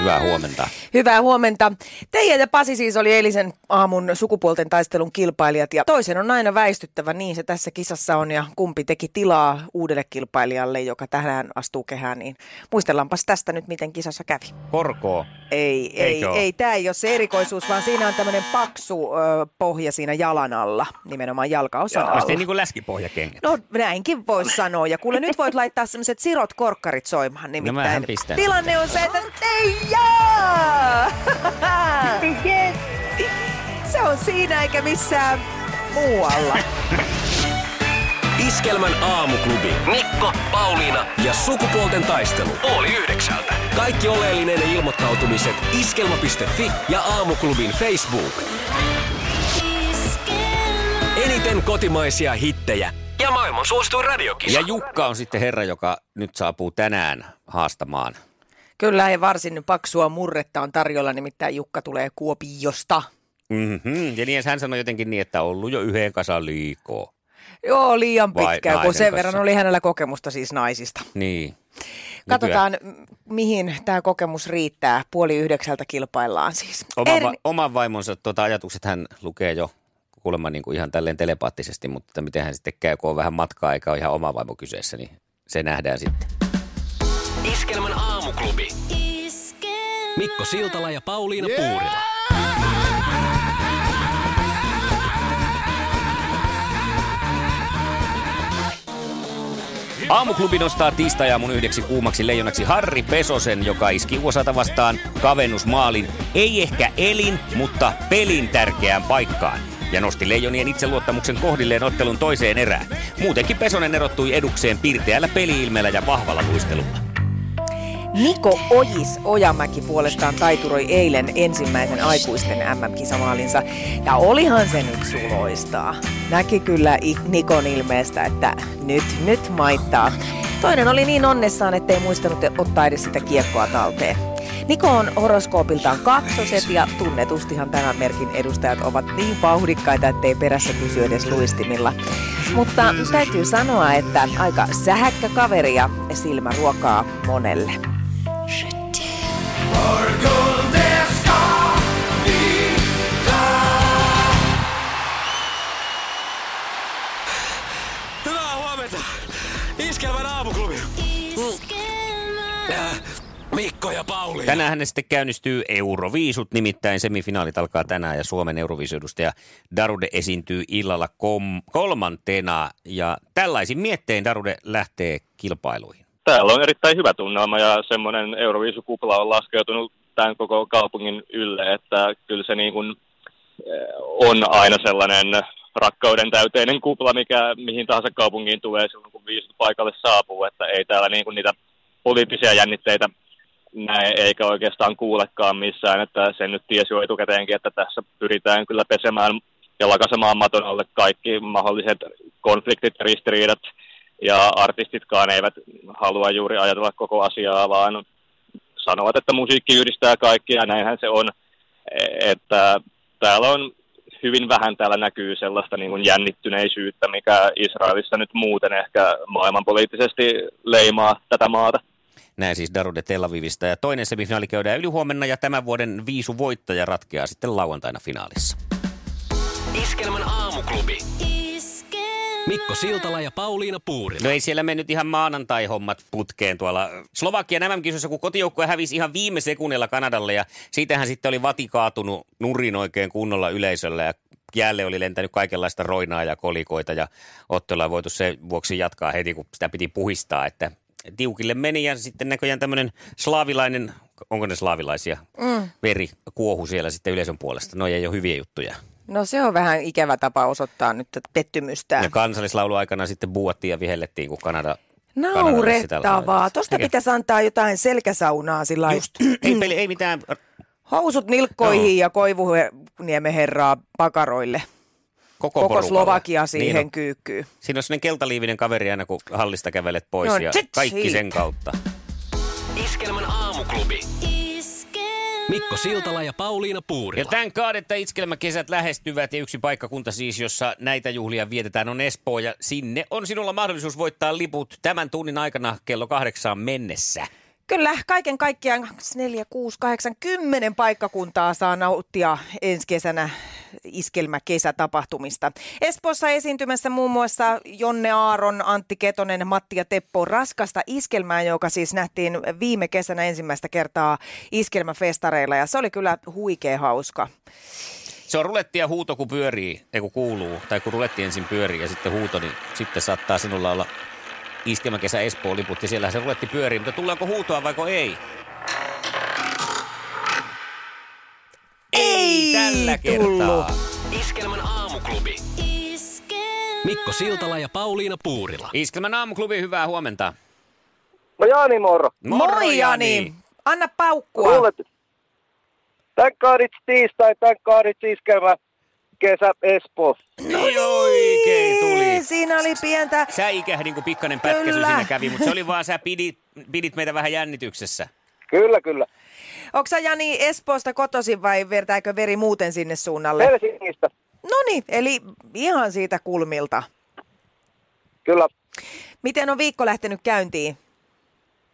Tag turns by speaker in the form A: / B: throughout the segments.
A: Hyvää huomenta.
B: Hyvää huomenta. Teija ja Pasi siis oli eilisen aamun sukupuolten taistelun kilpailijat ja toisen on aina väistyttävä, niin se tässä kisassa on ja kumpi teki tilaa uudelle kilpailijalle, joka tänään astuu kehään, niin muistellaanpas tästä nyt, miten kisassa kävi.
A: Korkoo.
B: Ei, ei,
A: Eikö oo?
B: ei, tämä ei ole se erikoisuus, vaan siinä on tämmöinen paksu ö, pohja siinä jalan alla, nimenomaan jalkaosan alla.
A: Sitten niin kuin läskipohjakengät.
B: No näinkin voisi sanoa. Ja kuule, nyt voit laittaa semmoiset sirot korkkarit soimaan nimittäin.
A: mähän No, pistän
B: Tilanne on se, että Teija! se on siinä eikä missään muualla.
C: Iskelmän aamuklubi. Mikko, Pauliina ja sukupuolten taistelu. Oli yhdeksältä. Kaikki oleellinen ilmoittautumiset iskelma.fi ja aamuklubin Facebook. Eniten kotimaisia hittejä ja maailman suosituin radiokisa.
A: Ja Jukka on sitten herra, joka nyt saapuu tänään haastamaan.
B: Kyllä ei varsin paksua murretta on tarjolla, nimittäin Jukka tulee Kuopiosta.
A: Mm-hmm. Ja niin, hän sanoi jotenkin niin, että on ollut jo yhden kasan liikoo.
B: Joo, liian
A: Vai
B: pitkään, kun
A: naisen
B: sen verran
A: kanssa.
B: oli hänellä kokemusta siis naisista.
A: Niin. Nykyään
B: Katsotaan, m- mihin tämä kokemus riittää. Puoli yhdeksältä kilpaillaan siis.
A: Oma, va-
B: Erni-
A: oman vaimonsa tuota, ajatukset hän lukee jo kuulemma niin kuin ihan tälleen telepaattisesti, mutta miten hän sitten käy, kun on vähän matkaa eikä ole ihan oma vaimo kyseessä, niin se nähdään sitten.
C: Iskelmän aamuklubi. Mikko Siltala ja Pauliina yeah! Puurila.
A: Aamuklubi nostaa tiistai aamun yhdeksi kuumaksi leijonaksi Harri Pesosen, joka iski USAta vastaan kavennusmaalin, ei ehkä elin, mutta pelin tärkeään paikkaan. Ja nosti leijonien itseluottamuksen kohdilleen ottelun toiseen erään. Muutenkin Pesonen erottui edukseen pirteällä peliilmeellä ja vahvalla luistelulla.
B: Niko Ojis Ojamäki puolestaan taituroi eilen ensimmäisen aikuisten MM-kisamaalinsa. Ja olihan se nyt suloista. Näki kyllä I- Nikon ilmeestä, että nyt, nyt maittaa. Toinen oli niin onnessaan, ettei muistanut ottaa edes sitä kiekkoa talteen. Niko on horoskoopiltaan kaksoset ja tunnetustihan tämän merkin edustajat ovat niin vauhdikkaita, ettei perässä pysy edes luistimilla. Mutta täytyy sanoa, että aika sähäkkä kaveri ja silmä ruokaa monelle.
C: Hyvää huomenta. Iskelmän aamuklubi. Äh, Mikko ja Pauliina.
A: Tänään sitten käynnistyy Euroviisut, nimittäin semifinaalit alkaa tänään ja Suomen Euroviisudustaja Darude esiintyy illalla kom- kolmantena. Ja tällaisin miettein Darude lähtee kilpailuihin.
D: Täällä on erittäin hyvä tunnelma ja semmoinen Euroviisukupla on laskeutunut tämän koko kaupungin ylle, että kyllä se niin kuin eh, on aina sellainen rakkauden täyteinen kupla, mikä mihin tahansa kaupunkiin tulee silloin, kun viisut paikalle saapuu, että ei täällä niin kuin niitä poliittisia jännitteitä näe eikä oikeastaan kuulekaan missään, että sen nyt tiesi jo etukäteenkin, että tässä pyritään kyllä pesemään ja lakasemaan maton alle kaikki mahdolliset konfliktit ja ristiriidat, ja artistitkaan eivät halua juuri ajatella koko asiaa, vaan sanovat, että musiikki yhdistää kaikkia, ja näinhän se on, E- että täällä on hyvin vähän täällä näkyy sellaista niin kuin jännittyneisyyttä, mikä Israelissa nyt muuten ehkä maailmanpoliittisesti leimaa tätä maata.
A: Näin siis Darude Tel Avivista. Ja toinen semifinaali käydään ylihuomenna ja tämän vuoden viisu voittaja ratkeaa sitten lauantaina finaalissa.
C: Iskelmän aamuklubi. Mikko Siltala ja Pauliina Puurila.
A: No ei siellä mennyt ihan maanantai-hommat putkeen tuolla. Slovakian MM-kisossa, kun kotijoukkoja hävisi ihan viime sekunnilla Kanadalle ja siitähän sitten oli vati kaatunut nurin oikein kunnolla yleisöllä ja jälleen oli lentänyt kaikenlaista roinaa ja kolikoita ja ottelua ei voitu sen vuoksi jatkaa heti, kun sitä piti puhistaa, että tiukille meni ja sitten näköjään tämmöinen slaavilainen, onko ne slaavilaisia, mm. veri kuohu siellä sitten yleisön puolesta. No ei ole hyviä juttuja.
B: No se on vähän ikävä tapa osoittaa nyt tätä pettymystään.
A: Ja kansallislaulu aikana sitten buuattiin ja vihellettiin, kun Kanada Kanadalle sitä
B: Naurettavaa.
A: laitetaan.
B: Tuosta
A: Eikä-
B: pitäisi antaa jotain selkäsaunaa sillä lailla.
A: Just, ei, peli, ei mitään
B: Housut nilkkoihin ja koivuniemen herraa pakaroille.
A: koko,
B: Koko
A: porukalla.
B: Slovakia siihen
A: Niin on.
B: kyykkyyn.
A: Siinä on sellainen keltaliivinen kaveri aina, kun hallista kävelet pois
B: No,
A: ja
B: tsit
A: kaikki sen
B: siitä.
A: kautta.
C: Iskelmän aamuklubi. Mikko Siltala ja Pauliina
A: Ja
C: Puurila.
A: tän kaad, että iskelmäkesät lähestyvät ja yksi paikkakunta siis, jossa näitä juhlia vietetään on Espoo ja sinne on sinulla mahdollisuus voittaa liput tämän tunnin aikana kello kahdeksaan mennessä.
B: Kyllä, kaiken kaikkiaan 2, 4, 6, 8, 10 paikkakuntaa saa nauttia ensi kesänä iskelmäkesätapahtumista. Espoossa esiintymässä muun muassa Jonne Aaron, Antti Ketonen, Matti ja Teppo Raskasta iskelmää, joka siis nähtiin viime kesänä ensimmäistä kertaa iskelmäfestareilla ja se oli kyllä huikea hauska.
A: Se on rulettia huuto, kun pyörii, ei kun kuuluu, tai kun ruletti ensin pyörii ja sitten huuto, niin sitten saattaa sinulla olla iskelmäkesä Espoo liput ja siellä se ruletti pyörii, mutta tullaanko huutoa vaiko ei? Ei,
B: Ei
A: tällä
B: tullut.
A: kertaa.
C: Iskelmän aamuklubi. Mikko Siltala ja Pauliina Puurila.
A: Iskelmän aamuklubi, hyvää huomenta.
E: No Jaani moro.
B: Moi Jani! Anna paukkua.
E: Luulet, tän kaadit tiistai, tän kaadit iskelmä kesä Espoo.
A: No niin, oikein tuli.
B: Siinä oli pientä
A: Sä ikähdin, kun pikkainen pätkäsy
B: Kyllä.
A: siinä kävi, mutta se oli vaan, sä pidit, pidit meitä vähän jännityksessä.
E: Kyllä, kyllä.
B: Onko sä Jani Espoosta kotoisin vai vertääkö veri muuten sinne suunnalle?
E: Helsingistä.
B: No niin, eli ihan siitä kulmilta.
E: Kyllä.
B: Miten on viikko lähtenyt käyntiin?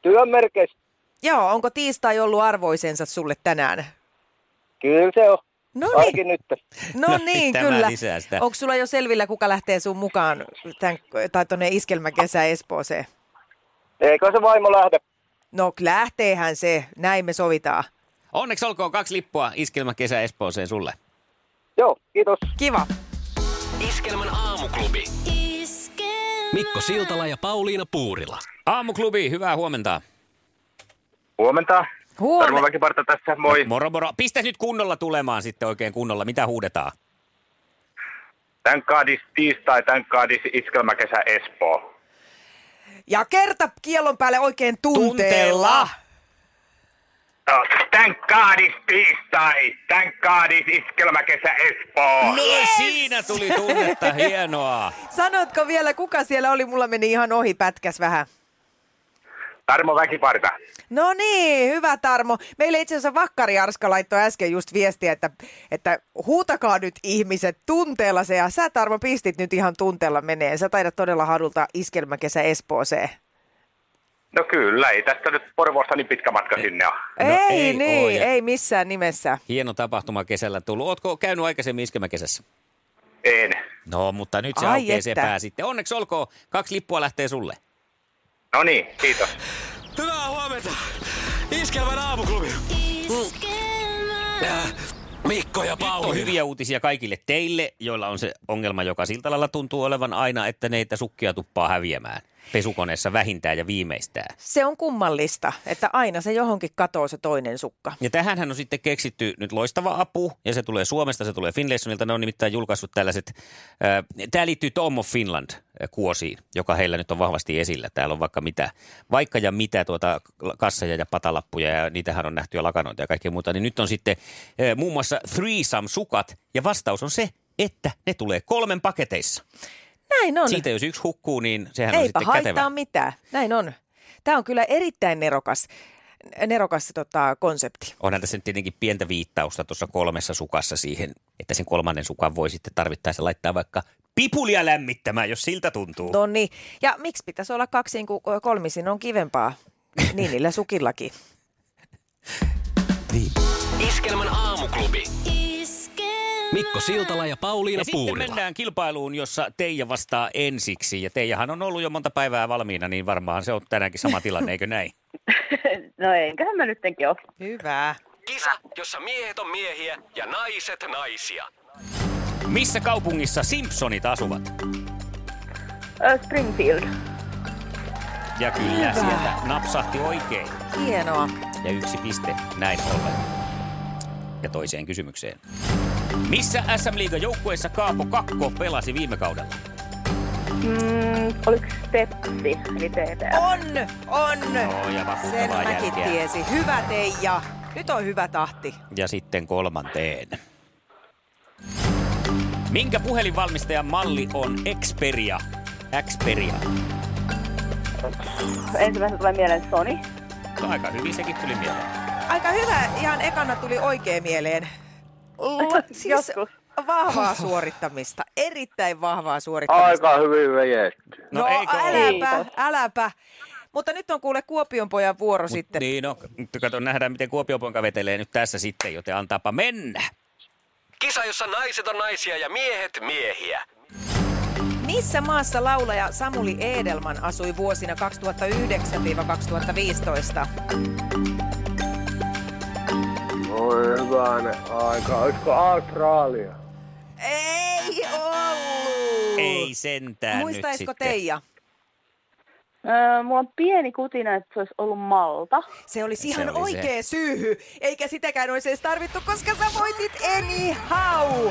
E: Työn merkeissä.
B: Joo, onko tiistai ollut arvoisensa sulle tänään?
E: Kyllä se on.
B: No
E: Ainakin
B: niin,
E: nyt.
B: no
A: No
B: niin
A: niin, tämä
B: kyllä.
A: lisää sitä.
B: Onko sulla jo selvillä, kuka lähtee sun mukaan tän, tai tonne iskelmäkesä Espooseen?
E: Eikö se vaimo lähde?
B: No lähteehän se, näin me sovitaan.
A: Onneksi olkoon kaksi lippua iskelmä kesä Espooseen sulle.
E: Joo, kiitos.
B: Kiva.
C: Iskelmän aamuklubi. Mikko Siltala ja Pauliina Puurila.
A: Aamuklubi, hyvää huomenta.
F: Huomenta. Tarmo
B: Huomenna.
F: Väkiparta tässä, moi.
A: Moro moro. Pistä nyt kunnolla tulemaan sitten oikein kunnolla. Mitä huudetaan?
F: Tän kaadis tiistai, tän kaadis iskelmäkesä Espoo.
B: Ja kerta kielon päälle oikein tunteella.
F: Oh, Tän kaadis tiistai, tän kaadis iskelmäkesä Espoo.
A: No siinä tuli tunnetta. Hienoa.
B: Sanotko vielä, kuka siellä oli? Mulla meni ihan ohi pätkäs vähän.
F: Tarmo Väkiparta.
B: No niin, hyvä Tarmo. Meille itse asiassa Vakkari Arska laittoi äsken just viestiä, että, että huutakaa nyt ihmiset tunteella se. Ja sä Tarmo pistit nyt ihan tunteella meneen. Sä taidat todella hadulta iskelmäkesä Espooseen.
F: No kyllä, ei tästä nyt Porvoosta niin pitkä matka sinne ole.
B: No,
A: ei oo,
B: niin,
A: ja-
B: ei missään nimessä.
A: Hieno tapahtuma kesällä tullut. Ootko käynyt aikaisemmin iskelmäkesässä?
F: En.
A: No, mutta nyt se
B: Ai
A: aukeaa se
B: että.
A: pää sitten. Onneksi olkoon. Kaksi lippua lähtee sulle.
F: No niin, kiitos.
C: Hyvää huomenta. Iskelmän aamuklubi. Äh, Mikko ja
A: Nyt on
C: Pauliina.
A: hyviä uutisia kaikille teille, joilla on se ongelma, joka siltä lailla tuntuu olevan aina, että neitä sukkia tuppaa häviämään. Pesukoneessa vähintään ja viimeistään.
B: Se on kummallista, että aina se johonkin katoo se toinen sukka.
A: Ja tähänhän on sitten keksitty nyt loistava apu, ja se tulee Suomesta, se tulee Finlaysonilta. Ne on nimittäin julkaissut tällaiset, äh, tämä liittyy Tom of Finland äh, kuosiin, joka heillä nyt on vahvasti esillä. Täällä on vaikka mitä, vaikka ja mitä tuota kassaja ja patalappuja, ja niitähän on nähty ja lakanoita ja kaikkea muuta. Niin nyt on sitten äh, muun muassa threesome-sukat, ja vastaus on se, että ne tulee kolmen paketeissa.
B: Näin on.
A: Siitä jos yksi hukkuu, niin sehän on
B: No Eipä
A: sitten
B: haittaa
A: kätevä.
B: mitään. Näin on. Tämä on kyllä erittäin nerokas, nerokas tota, konsepti.
A: Onhan tässä nyt tietenkin pientä viittausta tuossa kolmessa sukassa siihen, että sen kolmannen sukan voi sitten tarvittaessa laittaa vaikka pipulia lämmittämään, jos siltä tuntuu.
B: No niin. Ja miksi pitäisi olla kaksin, kun kolmisin on kivempaa? Niin niillä sukillakin.
C: Iskelmän aamuklubi. Mikko Siltala ja Pauliina
A: ja sitten
C: Puurila.
A: mennään kilpailuun, jossa Teija vastaa ensiksi. Ja Teijahan on ollut jo monta päivää valmiina, niin varmaan se on tänäänkin sama tilanne, eikö näin?
G: No enköhän mä nyttenkin ole.
B: Hyvä.
C: Kisa, jossa miehet on miehiä ja naiset naisia.
A: Missä kaupungissa Simpsonit asuvat?
G: Ö, Springfield.
A: Ja kyllä sieltä napsahti oikein.
B: Hienoa.
A: ja yksi piste näin ollen. Ja toiseen kysymykseen. Missä SM Liigan joukkueessa Kaapo Kakko pelasi viime kaudella?
G: Mm, oliko Stepsi, eli TPS?
B: On, on.
A: Joo, ja vakuuttavaa
B: Sen mäkin
A: jälkeä.
B: tiesi. Hyvä Teija. Nyt on hyvä tahti.
A: Ja sitten kolmanteen. Minkä puhelinvalmistajan malli on Xperia? Xperia.
G: Ensimmäisenä tulee mieleen Sony.
A: Aika hyvin sekin tuli mieleen.
B: Aika hyvä. Ihan ekana tuli oikein mieleen. L- siis
G: Joskus.
B: vahvaa suorittamista. Erittäin vahvaa suorittamista.
E: Aika hyvin vejetty.
A: No
B: no
A: eikö ole?
B: äläpä, äläpä. Mutta nyt on kuule Kuopion pojan vuoro
A: Mut
B: sitten.
A: Niin, no, nyt kato, nähdään, miten Kuopioponka vetelee nyt tässä sitten, joten antaapa mennä.
H: Kisa, jossa naiset on naisia ja miehet miehiä.
B: Missä maassa laulaja Samuli Edelman asui vuosina 2009-2015?
E: Oi hyvänen aika. Olisiko Australia?
B: Ei ollut!
A: Ei sentään nyt
B: Muistaisiko
A: sitten.
B: Teija?
G: Öö, mulla on pieni kutina, että se olisi ollut Malta.
B: Se olisi
A: Se
B: ihan
A: oli se.
B: oikea syyhy, eikä sitäkään olisi edes tarvittu, koska sä voitit anyhow!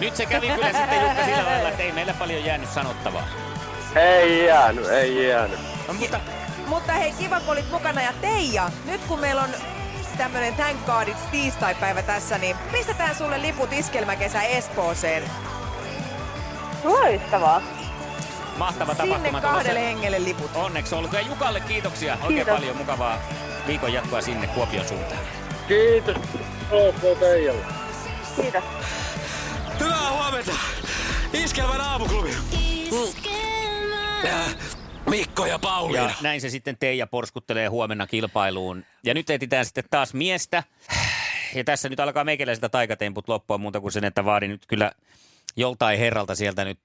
A: Nyt se kävi kyllä sitten Jukka sillä lailla, että ei meillä paljon jäänyt sanottavaa.
E: Ei jäänyt, ei jäänyt.
A: No, mutta
B: Mutta hei, kiva kun olit mukana. Ja Teija, nyt kun meillä on tämmönen Thank God It's tiistai-päivä tässä, niin pistetään sulle liput iskelmäkesä Espooseen.
G: Loistavaa.
A: mahtava
B: Sinne
A: tapahtuma
B: kahdelle
A: tulossa.
B: hengelle liput.
A: Onneksi olkoon. Ja Jukalle kiitoksia oikein
G: Kiitos.
A: paljon. Mukavaa viikon jatkoa sinne Kuopion suuntaan.
E: Kiitos. Olkoon teijällä.
G: Kiitos.
H: Hyvää huomenta! Iskelmän aamuklubi! Äh, Mikko ja Pauliina.
A: Ja näin se sitten Teija porskuttelee huomenna kilpailuun. Ja nyt etsitään sitten taas miestä. Ja tässä nyt alkaa meikäläiseltä taikatemput loppua muuta kuin sen, että vaadin nyt kyllä joltain herralta sieltä nyt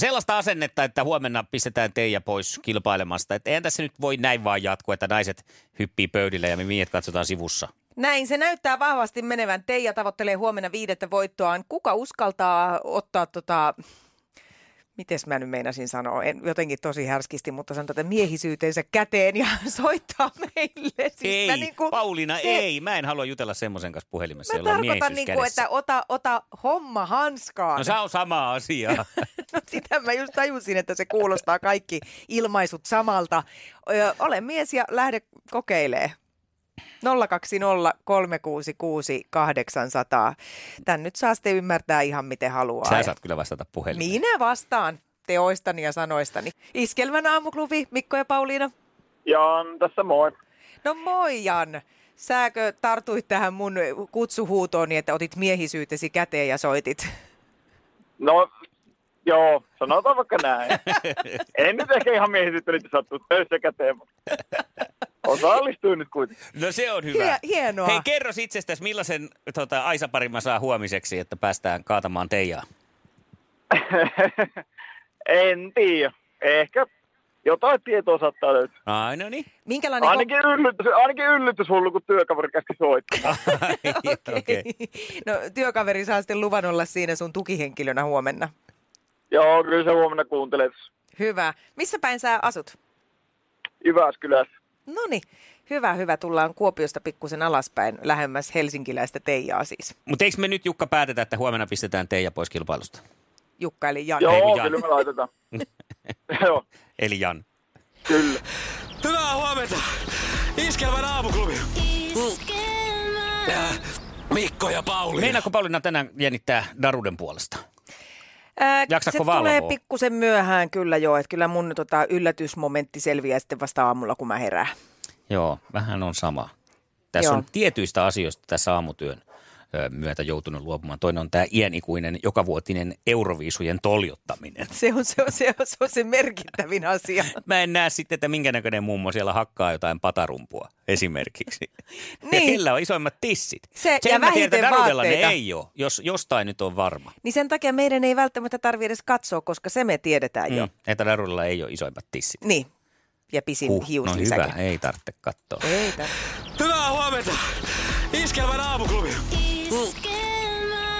A: sellaista asennetta, että huomenna pistetään Teija pois kilpailemasta. Että eihän tässä nyt voi näin vaan jatkua, että naiset hyppii pöydillä ja me miehet katsotaan sivussa.
B: Näin se näyttää vahvasti menevän. Teija tavoittelee huomenna viidettä voittoaan. Kuka uskaltaa ottaa tota... Mites mä nyt meinasin sanoa? En, jotenkin tosi härskisti, mutta sanotaan, että miehisyytensä käteen ja soittaa meille. Siis
A: ei,
B: mä niinku-
A: Pauliina,
B: se-
A: ei. Mä en halua jutella semmoisen kanssa puhelimessa,
B: Mä
A: jolla on
B: tarkoitan
A: miehisyys
B: niin kuin,
A: kädessä.
B: että ota, ota homma hanskaan.
A: No se on sama asia.
B: No sitä mä just tajusin, että se kuulostaa kaikki ilmaisut samalta. Ö, ole mies ja lähde kokeilee. 020 366 800. Tän nyt saa sitten ymmärtää ihan miten haluaa.
A: Sä
B: Ja
A: saat kyllä vastata puhelimeen.
B: Minä vastaan teoistani ja sanoistani. Iskelmän aamuklubi, Mikko ja Pauliina.
E: Jaan, tässä moi.
B: No moi Jan. Sääkö tartuit tähän mun kutsuhuutooni, että otit miehisyytesi käteen ja soitit?
E: No, joo, sanotaan vaikka näin. en nyt ehkä ihan miehisyyttä nyt sattuu töissä käteen, mutta osallistuin nyt kuitenkin.
A: No se on hyvä.
B: Hie- hienoa.
A: Hei, kerro itsestäsi, millaisen tota, Aisa-parin mä saa huomiseksi, että päästään kaatamaan Teijaa.
E: en tiedä. Ehkä jotain tietoa saattaa löytyä.
A: Ai no niin.
B: Minkälainen ko-
E: Ainakin, yllytys, ainakin yllytyshullu, kun työkaveri käski soittaa.
A: Okei.
B: Okei. No työkaveri saa sitten luvan olla siinä sun tukihenkilönä huomenna.
E: Joo, kyllä se huomenna kuuntelee tässä
B: Hyvä. Missä päin sä asut?
E: Jyväskylässä.
B: Noni, hyvä, hyvä. Tullaan Kuopiosta pikkusen alaspäin, lähemmäs helsinkiläistä Teijaa siis.
A: Mutta eikö me nyt Jukka päätetä, että huomenna pistetään Teija pois kilpailusta?
B: Jukka eli Jan.
A: Ei
E: Joo,
A: kun Jan.
E: kyllä me laitetaan. joo,
A: Eli Jan.
E: kyllä.
H: Hyvää huomenta! Iskelmän aamuklubi! Äh, Mikko ja Pauliina.
A: Meinaako Pauliina tänään jännittää Daruden puolesta?
B: Ää,
A: Jaksatko
B: Äh, se
A: valvoa?
B: tulee pikkusen myöhään kyllä joo, että kyllä mun tota, yllätysmomentti selviää sitten vasta aamulla, kun mä herään.
A: Joo, vähän on sama. Tässä
B: Joo.
A: on tietyistä asioista tässä aamutyön ö, myötä joutunut luopumaan. Toinen on tämä iänikuinen jokavuotinen euroviisujen toljottaminen.
B: Se on se, on, se, on, se, on se merkittävin asia.
A: Mä en näe sitten, että minkä näköinen mummo siellä hakkaa jotain patarumpua esimerkiksi.
B: Niin.
A: Ja kenellä on isoimmat tissit.
B: Se-
A: Sen
B: ja
A: mä tiedän,
B: vähiten
A: että Darudella
B: vaatteita.
A: ne ei ole, jos jostain nyt on varma.
B: Niin sen takia meidän ei välttämättä tarvitse edes katsoa, koska se me tiedetään jo.
A: Mm, että Darudella ei ole isoimmat tissit.
B: Niin. Ja pisin
A: Huh,
B: uh,
A: no
B: hiuslisäkin.
A: hyvä, ei tarvitse katsoa.
B: Ei tar-
H: Hyvää huomenta! Iskelmän aamuklubi!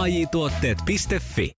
C: AJ-tuotteet.fi